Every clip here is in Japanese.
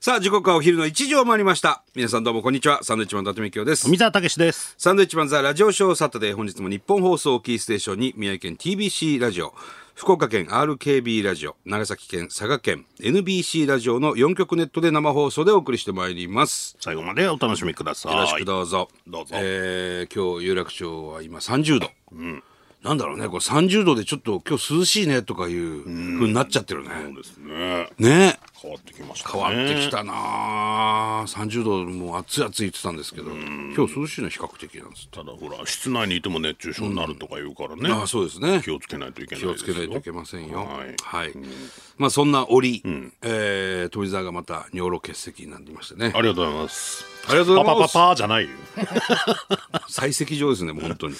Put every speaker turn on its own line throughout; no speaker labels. さあ、時刻はお昼の1時を回りました。皆さんどうもこんにちは。サンドウィッチマン伊達美京です。
富澤たけしです。
サンドウィッチマンザラジオショーサタデー。本日も日本放送をキーステーションに宮城県 TBC ラジオ、福岡県 RKB ラジオ、長崎県佐賀県 NBC ラジオの4局ネットで生放送でお送りしてまいります。
最後までお楽しみください。
よろしくどうぞ。
どうぞ
えー今日有楽町は今30度。なんだろうね、これ30度でちょっと今日涼しいねとかいうふうになっちゃってるね。
そうですね。
ね
変わってきました、ね。
変わってき。たなあ、30度もう暑い暑い言ってたんですけど今日涼しいの比較的なんですって
ただほら、室内にいても熱中症になるとか言うからね。
ああそうですね
気をつけないといけない
気
で
を
す
つ
よ。
けないといけませんよ
はい
はい、まあそんな折、えー富澤がまた尿路結石になりましたね
ありがとうございます。
ありがとうご
パ
ざい
パ
ま
パ
す
パーじ ゃないよ。
採石場ですねもう本 当に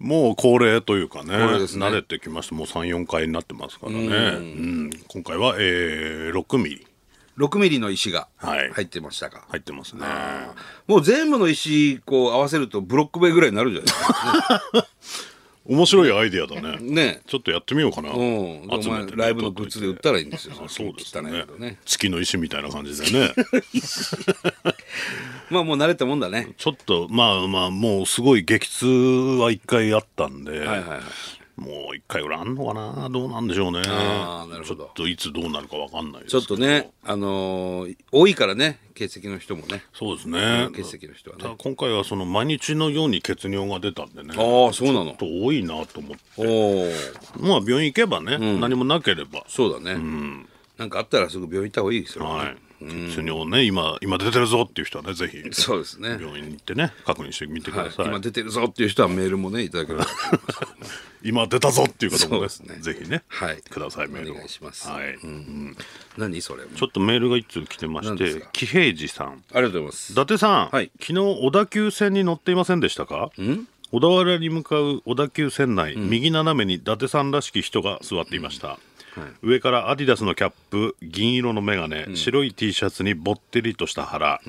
もう恒例というかね
例ですね
慣れてきました。もう3、4回になってますからね。うん今回は、えー、6ミリ
6ミリの石が
はい
入ってましたか、
入ってますね。
もう全部の石こう合わせるとブロック塀ぐらいになるんじゃないです か
面白いアイディアだね。
ね
ちょっとやってみようかな。
うん、でお前
ね
ライブのグッズで売ったらいいんですよ。
あそうです
汚い
ね
けどね。
月の石みたいな感じでね
まあもう慣れたもんだね。
ちょっとまあまあもうすごい激痛は一回あったんで、
はいはいはい。
もう一回ぐらいあんのかなどうなんでしょうね
あーなるほど
ちょっといつどうなるかわかんないです
ちょっとね、あのー多いからね、欠席の人もね、
そうですね
欠席の人は
ただ
ね。
今回はその毎日のように血尿が出たんでねちょっ
ああ、そうなの。
と多いなと思って
おおー、
まあ病院行けばね、何もなければ
そうだね、なんかあったらすぐ病院行った方がいいですよ、ね。
はい血尿ね今今出てるぞっていう人はねぜひ
そうですね。
病院に行ってね確認してみてく
は
だ
い
さい、
今出てるぞっていう人はメールもね、いただければ。
今出たぞっていう方もね
そうですね
ぜひね、
はい
くださいメールを
お願いします
はい
何それ。あり
ちょっとメールが一通来てま
何
し
です
て
か
喜平次さん
がとうございます
伊。達さん、
はい
昨日小田急線に乗っていませんでしたか小田原に向かう小田急線内、右斜めに伊達さんらしき人が座っていました、上からアディダスのキャップ銀色の眼鏡、白い T シャツにぼってりとした腹、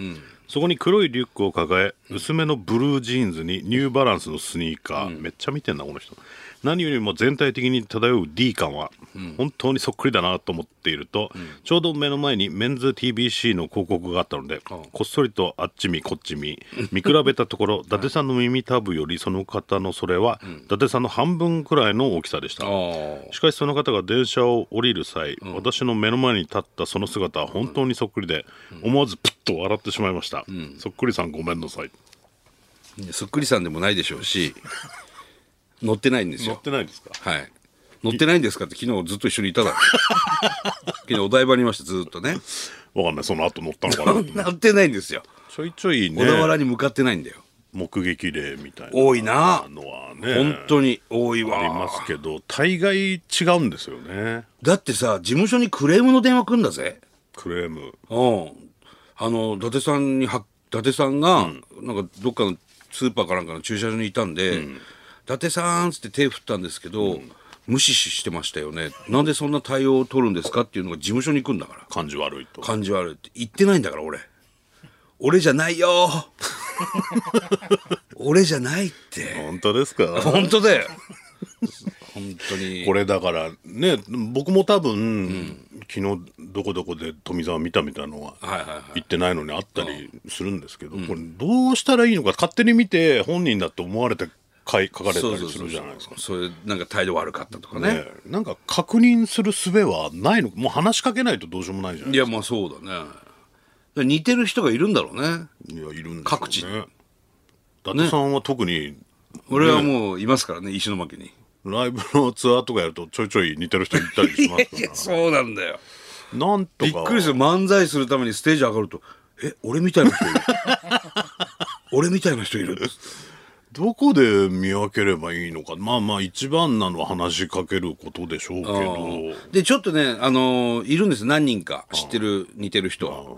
そこに黒いリュックを抱え薄めのブルージーンズにニューバランスのスニーカー、めっちゃ見てんなこの人何よりも全体的に漂う D 感は本当にそっくりだなと思っていると、ちょうど目の前にメンズ TBC の広告があったので、こっそりとあっち見こっち見見比べたとこ ろ伊達さんの耳たぶよりその方のそれは、伊達さんの半分くらいの大きさでした
ああ。
しかしその方が電車を降りる際、私の目の前に立ったその姿は本当にそっくりで、思わずプッと笑ってしまいました、そっくりさんごめんなさい
そっくりさんでもないでしょうし、乗ってないんです
乗っ
よ。
てないですか
はい。乗ってないんですかって昨日ずっと一緒にいただろ 昨日お台場にいました、ずーっとね。
わかんない その後乗ったのかな
乗ってないんですよ。
ちょいちょい
小田
ね
原に向かってないんだよ。
目撃例みたいな
多いな。
のは
本
ね
当に多いわ
ありますけど大概違うんですよね
だってさ事務所にクレームの電話来んだぜ
クレーム
うんあの伊達さんには伊達さんが、なんかどっかのスーパーかなんかの駐車場にいたんで「伊達さん」っつって手振ったんですけど、無視してましたよねなんでそんな対応を取るんですかっていうのが事務所に行くんだから
感じ悪いと
感じ悪いって言ってないんだから 俺俺じゃないよ 俺じゃないって
本当で すか
本当だよ本当に
これだからね僕も多分、昨日どこどこで富澤見たみたいなのは
はいはいはい
言ってないのにあったりするんですけど、これどうしたらいいのか勝手に見て本人だって思われて書い書かれた
そう
り
そう
す
そう
るじゃないですか。
そういうなんか態度悪かったとかね
ね、なんか確認する術はないのもう話しかけないとどうしようもないじゃない
いやまあそうだねだから似てる人がいるんだろうね
いやいるんでしょうね
各地
伊達さんは特に
俺はもういますからね石巻に
ライブのツアーとかやるとちょいちょい似てる人いた りしますから
そうなんだよ
なんと
びっ
か
くりする漫才するためにステージ上がるとえ俺みたいな人い る俺みたいな人いる
どこで見分ければいいのかまあまあ一番なのは話しかけることでしょうけど
でちょっとね、あのーいるんです何人か知ってる似てる人は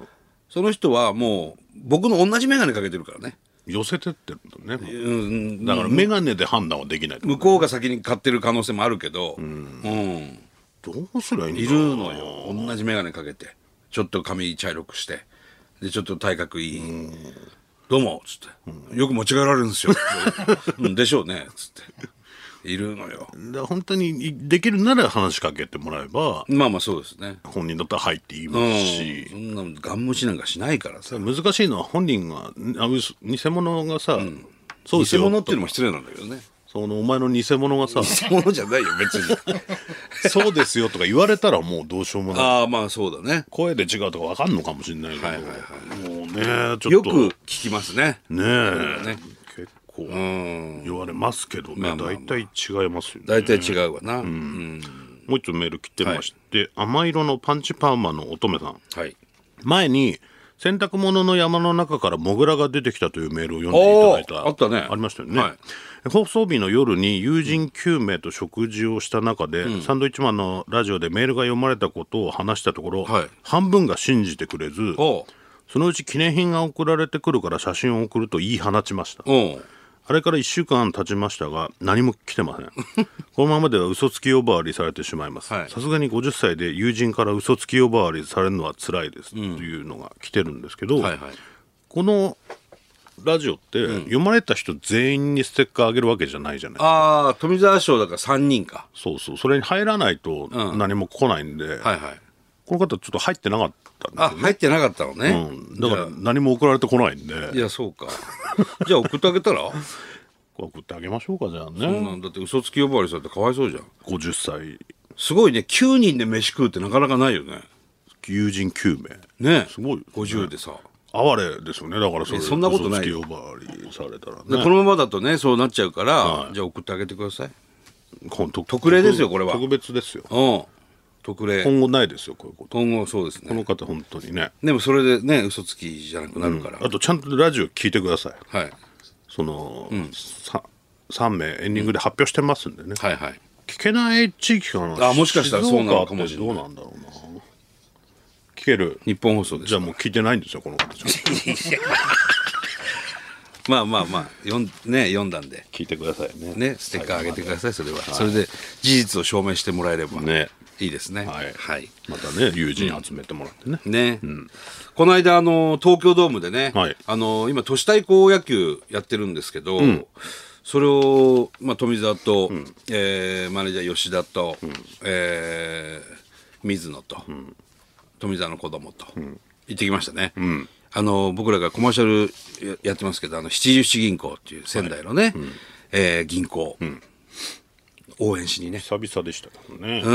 その人はもう僕の同じ眼鏡かけてるからね
寄せてってるんだ
う
ね
ん
だから眼鏡で判断はできない
向こうが先に買ってる可能性もあるけどうん
どうすりゃいいんだ
いるのよ同じ眼鏡かけてちょっと髪茶色くしてでちょっと体格いい 「どうも」っつって「よく間違えられるんですよ」うんでしょうね」っつっているのよ
で本当にできるなら話しかけてもらえば
まあまあそうですね
本人だったら「はい」って言いま
う
す
ん
し
そ、んなガン無視なんかしないからさ
難しいのは本人があ嘘偽物がさ、そうです
偽
よ
物っていうのも失礼なんだけどね
そのお前の偽物がさ
偽物じゃないよ別 に
「そうですよ」とか言われたらもうどうしようもない
ああまあそうだね
声で違うとかわかんのかもしれないけど、
はいはい
もうねちょ
よ
っ
く
と
聞きますね
ねえ
ね
結構
うん
言われますけどね、
まあまあまあ
大体違いますよね
大体違うわなうん
もう一つメール来てまして、甘色のパンチパーマの乙女さん
はい
前に洗濯物の山の中からモグラが出てきたというメールを読んでいただいた
おーあったね
ありましたよね、
は
放送日の夜に友人9名と食事をした中で、サンドイッチマンのラジオでメールが読まれたことを話したところ、
はい
半分が信じてくれず
おう
そのうち記念品が送られてくるから写真を送ると言い放ちました
おう
あれから1週間経ちましたが何も来てません このままでは嘘つき呼ばわりされてしまいます
はい
さすがに50歳で友人から嘘つき呼ばわりされるのは辛いですというのが来てるんですけど、
はいはい
このラジオって読まれた人全員にステッカーあげるわけじゃないじゃない
ああ富澤賞だから3人か
そうそうそれに入らないと
うん
何も来ないんで、
はいはい
この方ちょっと入ってなかったんで
あ入ってなかったのね、
うんだから何も送られてこないんで
いやそうかじゃあ送ってあげた ら
送ってあげましょうかじゃあ
そん
ね、
なんだって嘘つき呼ばわりされてかわいそうじゃん
50歳
すごいね9人で飯食うってなかなかないよね
友人9名
ね
すごいですね
50でさ、
哀れですよねだからそれ
えそんなことない
嘘つき呼ばわりされたら
で
ね
このままだとねそうなっちゃうから、じゃあ送ってあげてください
こん特
特例ですよこれは
特別ですよ
うん特例
今後ないですよこういうこと
今後そうです
こ
ね
の方本当にね
でもそれでね嘘つきじゃなくなるから、
あとちゃんとラジオ聞いてください
はい
その、さ3名エンディングで発表してますんでね、
はいはい
聞けない地域かな
あもしかしたらそうなのかもしれない
静岡ってどうなんだろうな聞ける
日本放送です
じゃあもう聞いてないんですよこの方ちゃんと
まあまあまあ読ん,、ね、読んだんで
聞いてくださいね
ねステッカーあげてくださいそれは、それで事実を証明してもらえれば
ね
いいですね
はい
はい
またね友人集めてもらってね、
ね、この間あの東京ドームでね、
はい
あの今都市対抗野球やってるんですけど、それを、まあ、富澤と、えーマネージャー吉田と、えー水野と、富澤の子供と、行ってきましたね、あの僕らがコマーシャルややってますけどあの七十七銀行っていう仙台のね、えー銀行、応援しにね
久々でしたけどね、
う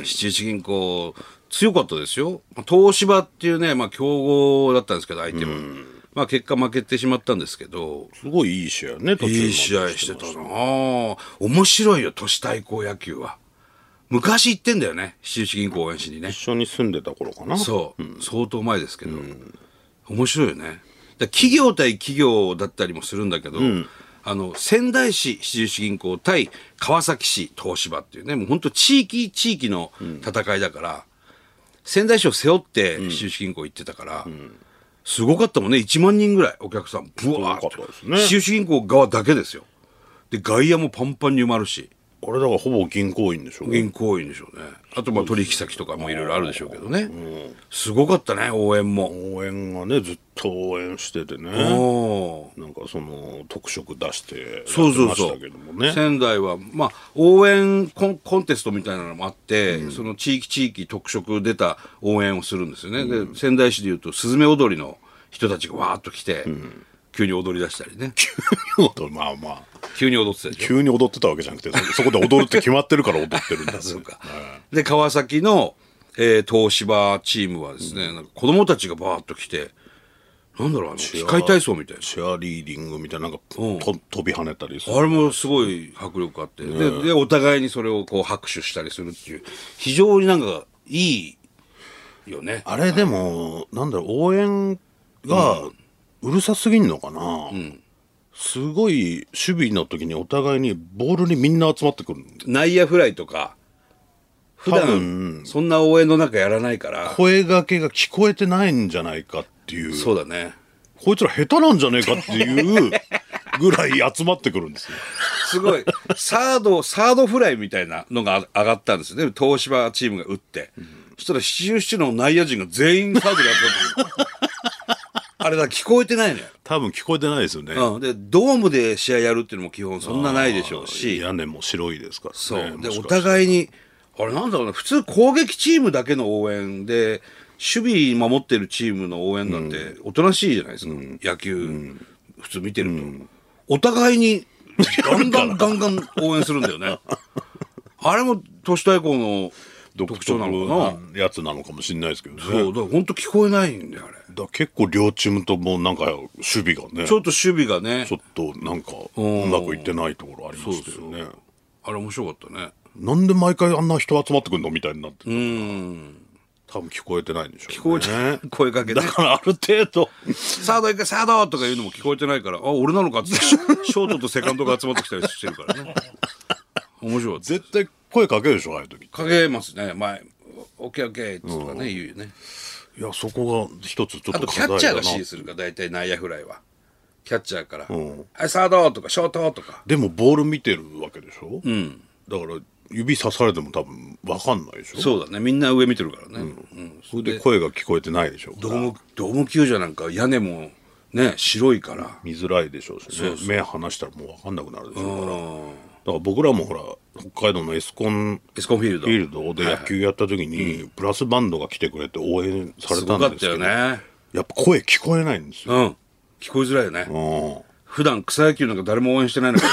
ん、七一銀行、強かったですよ。まあ東芝っていうね、まあ、強豪だったんですけど、相手は。まあ、結果負けてしまったんですけど、
すごいいい試合ね、途中まで
いい試合してたなあ面白いよ、都市対抗野球は。昔行ってんだよね、七一銀行応援しにね
一。緒に住んでた頃かな。
そう、相当前ですけど、面白いよねだ企業対企業だったりもするんだけど、あの仙台市七十四銀行対川崎市東芝っていうねもう本当地域地域の戦いだから、仙台市を背負って七十四銀行行ってたから、すごかったもんね1万人ぐらいお客さんブワー
す
ッと
ごかったですね
七十四銀行側だけですよで外野もパンパンに埋まるし
あれだからほぼ銀行員でしょ。
銀行員でしょうねあとまあ取引先とかもいろいろあるでしょうけどね、すごかったね応援も、
応援がね、ずっと応援しててね。
おー
なんかその特色出してやって
そうそ
ま
う
し
そ
た
う、
けどもね。
仙台は、まあ、応援コンコンテストみたいなのもあって、その地域地域特色出た応援をするんですよね、で仙台市でいうとスズメ踊りの人たちがわーっと来て、急に踊り出したりね
まあまあ、
急に踊ってたでしょ
急に踊ってたわけじゃなくて、そそこで踊るって決まってるから踊って るんだ
そうか。で、川崎の、えー東芝チームはですね、なんか子供たちがバーッと来て、なんだろう、あの、機械体操みたいな。
シェアリーディングみたいな、なんか、と
うん
飛び跳ねたりする。
あれもすごい迫力あって、で、で、お互いにそれをこう拍手したりするっていう、非常になんかいいよね。
あれでも、なんだろう、応援がうるさすぎんのかな。すごい守備の時にお互いにボールにみんな集まってくるの
内野フライとか、普
多
段
分、
そんな応援の中やらないから、
声がけが聞こえてないんじゃないかっていう
そうだね。
こいつら下手なんじゃねえかっていうぐらい集まってくるんですよ。
すごい。サード、サードフライみたいなのが上がったんですよね。東芝チームが 打って。そしたら、七十七の内野陣が全員サードでやったんですよあれだ、聞こえてないのよ。
多分聞こえてないですよね。
うん、でドームで試合やるっていうのも基本そんなないでしょうし
屋根も白いですからね。
そう、
も
で
し
お
かして
互いにあれなんだろうね普通攻撃チームだけの応援で守備守ってるチームの応援なんておとなしいじゃないですか、野球、普通見てると、お互いにガンガンガンガン応援するんだよ ねあれも都市対抗の特徴なのかな
独特なやつなのかもしれないですけどね。
そうだから本当聞こえないんだよあれ
だから結構両チームともなんか守備がね
ちょっと守備がね
ちょっとなんかうまくいってないところありましたよね
あれ面白かったね
なんで毎回あんな人集まってくるのみたいになって
うん
多分聞こえてないんでしょう、ね、聞
こうやって声かけて
だからある程度
サード行け、サードとか言うのも聞こえてないから、あ、俺なのかっつって、ショートとセカンドが集まってきたりしてるからね。面白い。
絶対声かけるでしょああいう時
かけますね、前。オッケーオッケーっつとかね、言うよね。
いやそこが一つちょっ
あと、
と課
キャ
題だな
ッチャーが指示するから、大体内野フライは。キャッチャーから。
ん
はい、サードとか、ショートとか。
でもボール見てるわけでしょ、だから指刺されても多分わかんないでしょ
そうだね、みんな上見てるからね。うん
それで声が聞こえてないでしょ
ドーム、ドーム球場なんか屋根もね、白いから。
見づらいでしょうしね目離したらもう分かんなくなるでしょうからだから僕らもほら北海道のエスコン
エスコンフィールド。
フィールドで野球やった時にプラスバンドが来てくれて応援され
す
た
ごかっ
んです
た
けど
よね。
やっぱ声聞こえないんですよ、
うん。聞こえづらいよね。
う
普段草野球なんか誰も応援してないのかや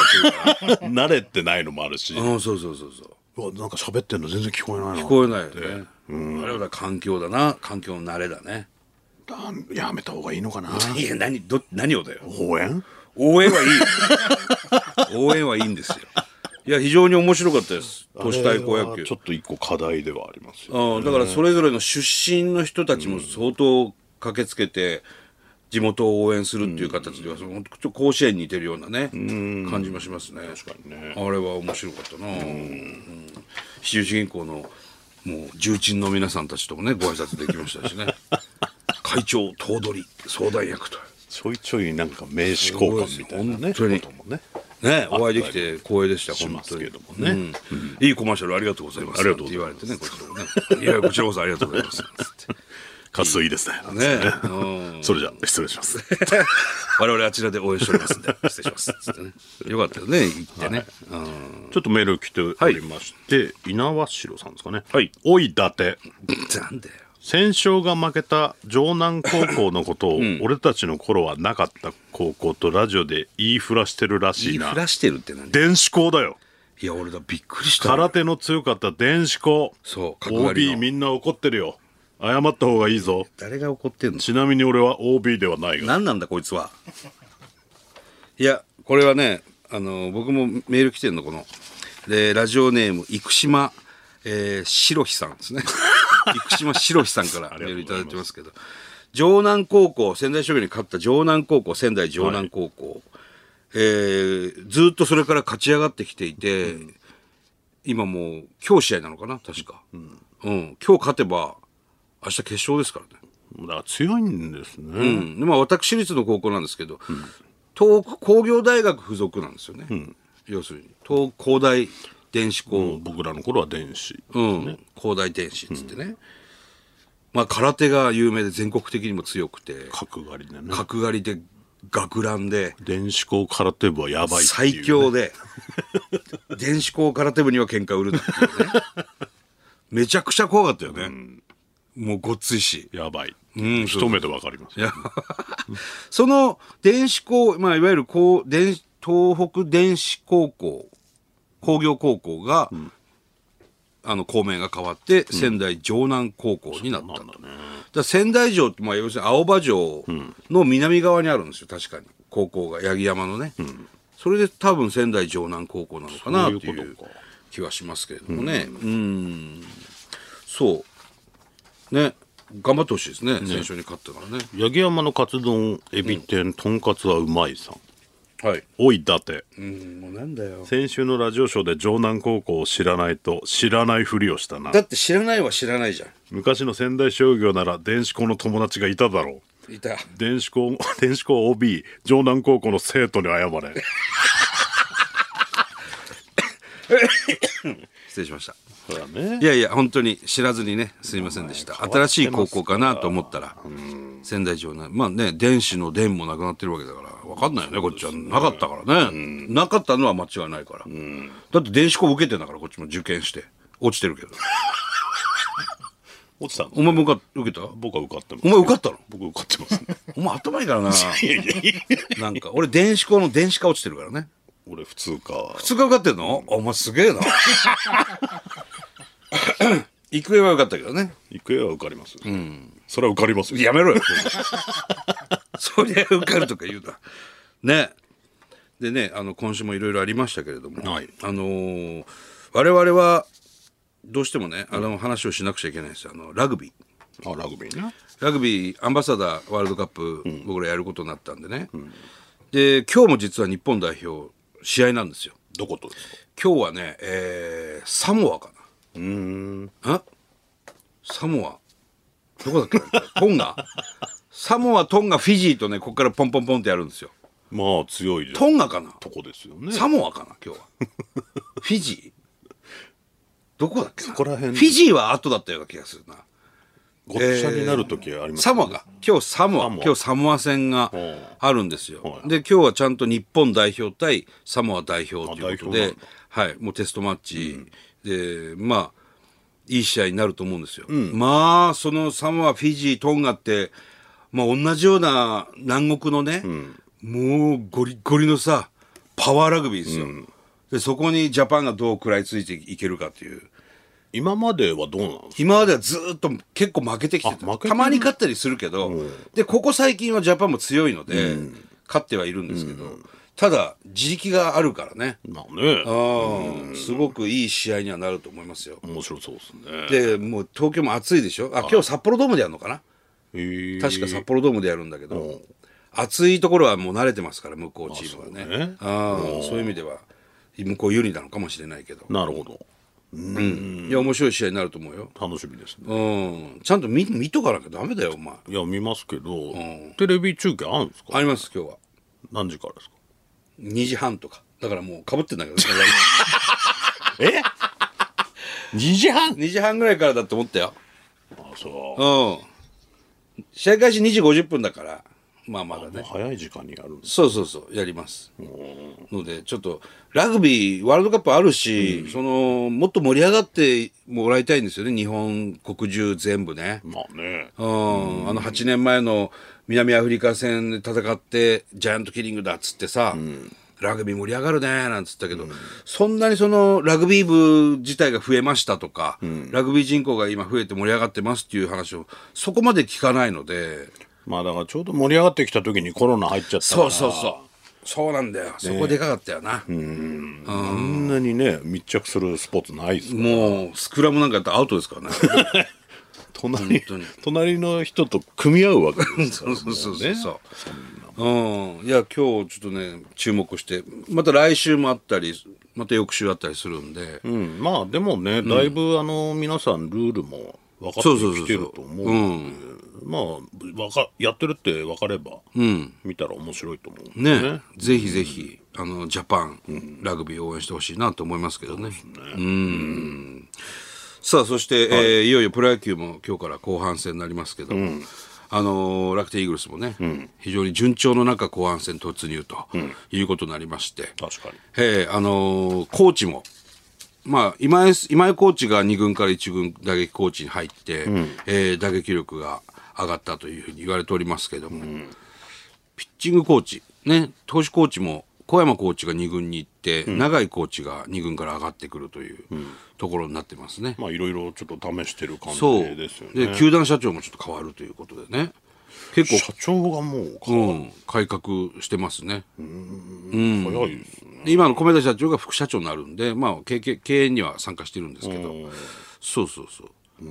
ってるから。
ん、 慣れてないのもあるし、 う
うん、そうそうそうそう。
わなんか喋ってんの全然聞こえないな
聞こえないよね。あれはだから環境だな、環境の慣れだね。
あやめた方がいいのかない
や、何、ど、何をだよ。
応援
応援はいい。 応援はいいんですよ。いや、非常に面白かったです。都市対抗
あ
野
れ
球
はち。ょっと一個課題ではありますよ
ああ、だからそれぞれの出身の人たちも相当駆けつけて、地元を応援するっていう形では、そのちょっと甲子園に似てるようなね、感じもしますね。
確かにね
あれは面白かったな、うん七十銀行のもう重鎮の皆さんたちともねご挨拶できました しね会長頭取相談役と
ちょいちょいなんか名刺交換みたいなね
すごいです
こ
本
ともね
ねお会いできて光栄でした
し
本
ます
当に
けどもね
うんいいコマーシャルありがとうございます
ありがとうござい
ます言われてねこちらもねいやこちらこそありがとうございますつって
かっこいいですね
ねうん
それじゃあ失礼します
我々あちらで応援しております んで失礼しますつってねよかったよね行ってね、うん
ちょっとメール来ておりまして、稲城さんですかね
はい
おい伊達
なんだよ
戦勝が負けた城南高校のことを、俺たちの頃はなかった高校とラジオで言いふらしてるら
言
し
い
い
ふ
な
らしてるって何
電子校だよ
いや俺だびっくりした
空手の強かった電子校
そう角刈りの
OB みんな怒ってるよ謝った方がいいぞ
誰が怒ってんの
ちなみに俺は OB ではないが
何なんだこいつはいやこれはねあの僕もメール来てんのこのでラジオネーム生島えー、白ひさん ですね生島白ひさんからメールいただいてますけど城南高校仙台商業に勝った城南高校仙台城南高校、えーずーっとそれから勝ち上がってきていて、今もう今日試合なのかな確か、うん今日勝てば明日決勝ですからね
だから強いんですね、
うんでまあ、私立の高校なんですけど、東北工業大学附属なんですよね、要するに東北工大電子
も
工、
う僕らの頃は電子
うん工大電子っつってね、まあ、空手が有名で全国的にも強くて
角刈りでね
角刈りで学ランで
電子校空手部はやばいってい
最
うね、
強で電子工空手部には喧嘩売るなっていうね めちゃくちゃ怖かったよね、もうごっついし。
やばい、
ん
一目でわかります
いやその電子工、まあ、いわゆるこう電子東北電子高校工業高校が、あの校名が変わって仙台城南高校になったと、だから仙台城って、まあ、要するに青葉城の南側にあるんですよ確かに高校が八木山のね、それで多分仙台城南高校なのかな
そ
と
ういうことか
いう気はしますけれどもねうんそうね頑張ってほしいですね先勝に勝ったからね
八木山のカツ丼エビ天、とんかつはうまいさん
はい
おい伊達
うん、もうなんだよ。
先週のラジオショーで城南高校を知らないと知らないふりをしたな
だって知らないは知らないじゃ。
昔の仙台商業なら電子校の友達がいただろうん
いた。
電子校 電子校 OB 城南高校の生徒に謝れ
失礼しました。
ほらね
いやいや、本当に知らずにね、すいませんでした。新しい高校かなと思ったら、仙台城なまあね電子の電もなくなってるわけだから分かんないよねこっちはなかったからね、なかったのは間違いないから、だって電子校受けてんだからこっちも受験して落ちてるけど
落ちたの
お前も受か受けた
僕は受かってます
お前受かったの
僕受かってますね
お前頭いいから ない
やいやいや
なんか俺電子校の電子化落ちてるからね
俺普通か
普通が受かってんのお前すげ えな行方は受かったけどね
行方は受かります、それは受かりますよ
やめろよ。そりゃ受かるとか言うな。ね。でね、あの、今週もいろいろありましたけれども、
はい
あのー我々は、どうしてもね、あの話をしなくちゃいけないんですよ。あの、ラグビー。
あラグビーね
ラグビーアンバサダーワールドカップ、僕らやることになったんでね。で、今日も実は日本代表、試合なんですよ。
どことですか
今日はね、えーサモアかな。うん。サモア。どこだっけトンガサモア、トンガ、フィジーとね、ここからポンポンポンってやるんですよ。
まあ強い
トンガかな
とこですよね
サモアかな 今日は。フィジーどこだっけな
そこら辺
フィジーは後だったような気がするな。
ごっちゃになる時あります
サモアが今日サモア
サモア
今日サモア戦が
うん
あるんですよ
はい
で今日はちゃんと日本代表対サモア代表ということ
あ
で
代表なんだ
はいもうテストマッチ、でまあいい試合になると思うんですよ、まあそのサモアフィジートンガってまあ同じような南国のね、もうゴリゴリのさパワーラグビーですよ、でそこにジャパンがどう食らいついていけるかっていう
今まではどうなんです
今まではずーっと結構負けてきて
あ負
た
けてる
たまに勝ったりするけど、でここ最近はジャパンも強いので、勝ってはいるんですけど、ただ自力があるからね
かまあね
うんすごくいい試合にはなると思いますよ。
面白そうです
で
ね
もう東京も暑いでしょあ今日札幌ドームでやるのかな
へえ
確か札幌ドームでやるんだけど、暑いところはもう慣れてますから向こうチームはね
そうね
あーそういう意味では向こう有利なのかもしれないけど、
なるほど
うん、いや面白い試合になると思うよ。
楽しみですね
うん、ちゃんと見見とかなきゃダメだよお前。
いや見ますけどテレビ中継あるんですか
あります今日は
何時からですか
2時半とかだからもうかぶってんだけどね
え ?2 時半
2時半ぐらいからだと思ったよ
あそ
う
う
ん試合開始2時50分だからまあまだ
もう
ね
早い時間にやるんです
そうそうそうやりますのでちょっとラグビーワールドカップあるし、そのもっと盛り上がってもらいたいんですよね日本国中全部ね
まあね
うん、あの8年前の南アフリカ戦で戦ってジャイアントキリングだっつってさ、ラグビー盛り上がるねなんつったけど、そんなにそのラグビー部自体が増えましたとか、ラグビー人口が今増えて盛り上がってますっていう話をそこまで聞かないので
まあだからちょうど盛り上がってきた時にコロナ入っちゃったから
うそうなんだよ、そこでかかったよな、
あんなにね密着するスポーツないです
もうスクラムなんかやったらアウトですからね
隣
当に
隣の人と組み合うわけです
そう そうそうそうそう、うん、いや今日ちょっとね注目してまた来週もあったりまた翌週あったりするんで、
うん、まあでもね、だいぶあの皆さんルールも分かって
そうそうそ
き
う
て
そう
ると思うんで、まあわかやってるって分かれば、見たら面白いと思う。
ねぜひぜひあのジャパン、ラグビー応援してほしいなと思いますけどね。うんさあそして、いえーいよいよプロ野球も今日から後半戦になりますけど、あのー楽天イーグルスもね、非常に順調の中後半戦突入ということになりまして、
確かに。
えーあのーコーチも、まあ、今井す今井コーチが2軍から1軍打撃コーチに入って、えー打撃力が上がったというふうに言われておりますけども、ピッチングコーチ、ね、投手コーチも小山コーチが2軍に行って、永井コーチが2軍から上がってくるというところになってますね。
まあいろいろちょっと試してる感じ
そう
ですよ
で
ね。
球団社長もちょっと変わるということでね結
社長がもう
構、うん、改革してますね。
早いですね。
で今の米田社長が副社長になるんで、まあ、経経経営には参加してるんですけど、そうそうそう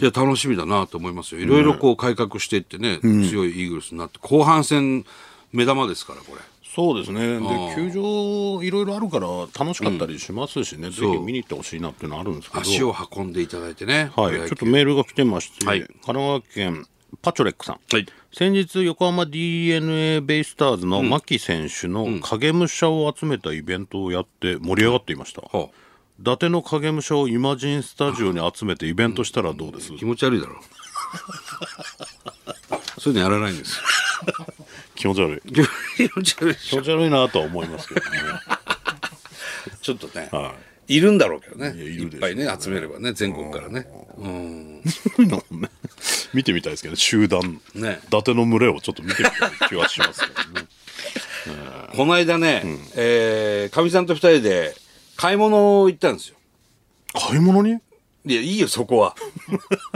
いや楽しみだなと思いますよいろいろこう改革していってね、強いイーグルスになって後半戦目玉ですからこれ
そうですね。で球場いろいろあるから楽しかったりしますしね、ぜひ見に行ってほしいなっていうのはあるんですけど。
足を運んでいただいてね
はい、
プロ
ちょ
野
っ
球
とメールが来てまして、
はい
神奈川県パチョレックさん、
はい
先日横浜 d n a ベイスターズの牧選手の影武者を集めたイベントをやって盛り上がっていました、
はあ
伊達の影武者をイマジンスタジオに集めてイベントしたらどうです、
気持ち悪いだろ そういうのやらないんですよ
気持ち悪い
気持ち悪いでし
気
ょ
持ち悪いなとは思いますけどね
ちょっとね、、
はい
るんだろうけどね
いや
い
いる
っ
でしょうね
ぱいね集めればね全国からねうん
そういうのもね見てみたいですけどね集団、
ね
伊達の群れをちょっと見てみたい気はしますけどね
この間ねえーかみ、さんと二人で買い物行ったんですよ
買い物に
いやいいよそこは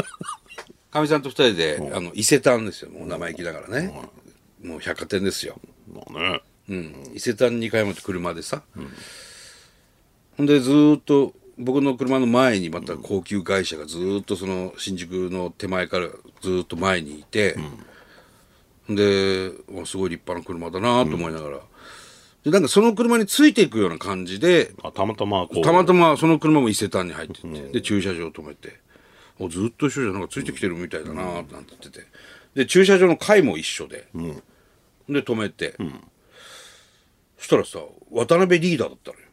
かみさんと二人であの伊勢丹ですよもう生意気だからねもう百貨店ですよ
まあね
うん、伊勢丹に買い物って車でさ、ほんでずーっと僕の車の前にまた高級会社がずーっとその新宿の手前からずーっと前にいて、ほんでわすごい立派な車だなと思いながら、でなんかその車についていくような感じで
あたまたまこう
たまたまその車も伊勢丹に入ってって、で駐車場止めておずっと一緒じゃんなんかついてきてるみたいだなーなんて言っててで駐車場の階も一緒で、で止めて、そしたらさ渡辺リーダーだったの よ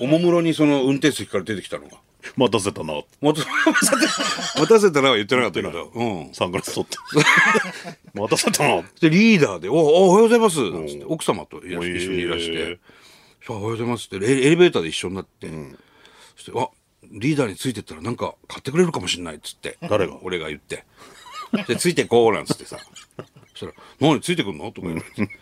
おもむろにその運転席から出てきたの が
待たせたなって
「待た待たせたな」は言ってなかったけど、うん、
サングラ ス取って待たせたなって
でリーダーで「おおおはようございます」なんつって奥様といら
おい
一緒にいらして。
え
そうおはようございますってエエレベーターで一緒になって、そして「あリーダーについてったらなんか買ってくれるかもしれない」っつって
誰が
俺が言って「でついてこう」なんつってさそしたら「何ついてくんの?」とか言われて。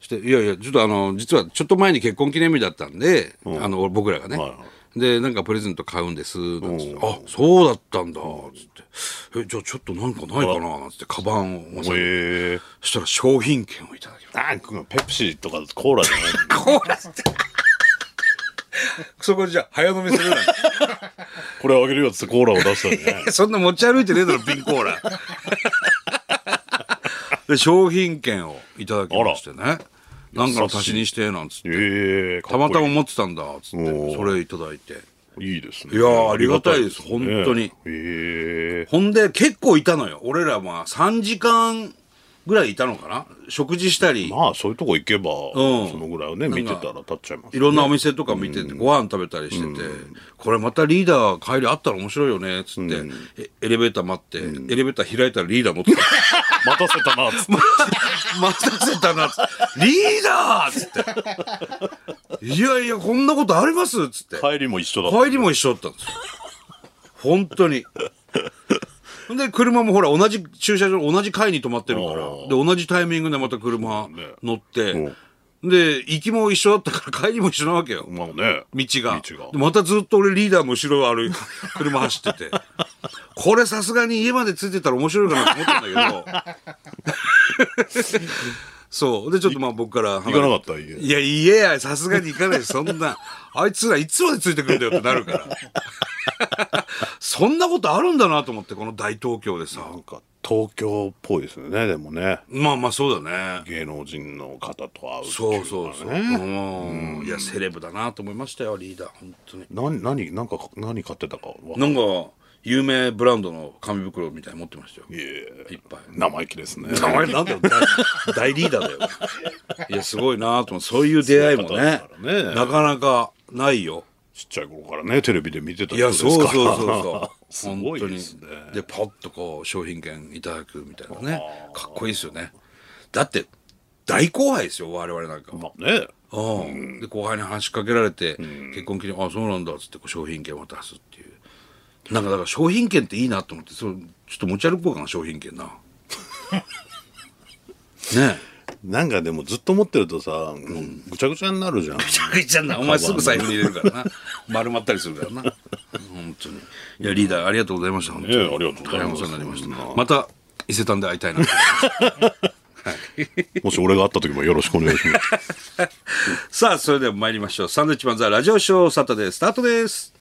そしていやいやちょっとあの実はちょっと前に結婚記念日だったんで、あの僕らがね、
はいは
でなんかプレゼント買うんですなんつって、あそうだったんだつってえじゃあちょっとなんかないかななんつってカバンを持
おえ
そしたら商品券をいただきました
なんかペプシとかコーラじゃない
コーラって。そこでじゃあ早飲みするなんて
これあげるよっつってコーラを出したりね
そんな持ち歩いてねえだろ瓶コーラ で商品券をいただきましてねなんかの足しにしてなんつって
ええ
たまたま
い
持ってたんだつって
おー
それいただいて
いいですね
いやーありがたいです
ね
本当に
ええ
ほんで結構いたのよ俺らまあ3時間ぐらいいたのかな食事したり
まあそういうとこ行けば、
うん
そのぐらいをね見てたら立っちゃいます、
いろんなお店とか見てて、ご飯食べたりしてて、これまたリーダー帰りあったら面白いよね、つって、えエレベーター待って、エレベーター開いたらリーダー乗って た。
待たせたなっつ って
待たせたな、つってリーダーつって。いやいや、こんなことありますつって。
帰りも一緒だった
帰りも一緒だったんですよ。本当に。ほんで、車もほら、同じ駐車場、同じ階に止まってるから、
あー
で、同じタイミングでまた車乗って、
ね
で、行きも一緒だったから帰りも一緒なわけよ。
まあね
道が
道が
でまたずっと俺リーダーも後ろを歩いて車走っててこれさすがに家までついてたら面白いかなと思ったんだけど そうでちょっとまあ僕から
行
行
かなかった家
いや家やさすがに行かないしそんなあいつらいつまでついてくるんだよってなるから そんなことあるんだなと思ってこの大東京でさ
なんか東京っぽいですねでもね
まあまあそうだね
芸能人の方と会うってい
そう
の
そう
は
そう、
ね
うん、いやセレブだなと思いましたよリーダー本当に
何何なんか何買ってたかわ
なんか有名ブランドの紙袋みたいに持ってましたよ。
いえ
いっぱい。
生意気ですね
名前なん だよ大大リーダーだよ。いやすごいなと思う。そういう出会いもね
そういう方だからね
なかなかないよ。
ちっちゃい頃からねテレビで見てた
い
人
や
です
そ
か
うそう
ら
そう
す
そう。
ご
本
い
当
で
に
すね。
でポッとこう商品券いただくみたいなね。かっこいいですよね。だって大後輩ですよ我々なんか。
まあね
うん、で後輩に話しかけられて、結婚記念あそうなんだっつってこう商品券渡すっていうなんかだから商品券っていいなと思ってそうちょっと持ち歩こうかな商品券 なねえ
なんかでもずっと持ってるとさ、もうぐちゃぐちゃになるじゃん
ぐちゃなお前すぐ財布に入れるからな丸まったりするからな 本当にいやリーダーありがとうございました本当に、
ええありがとうございます
大変お世話になりましたまた伊勢丹で会いたい な
もし俺が会った時もよろしくお願いします
さあそれでは参りましょうサンドウィッチマンザラジオショーサタデースタートです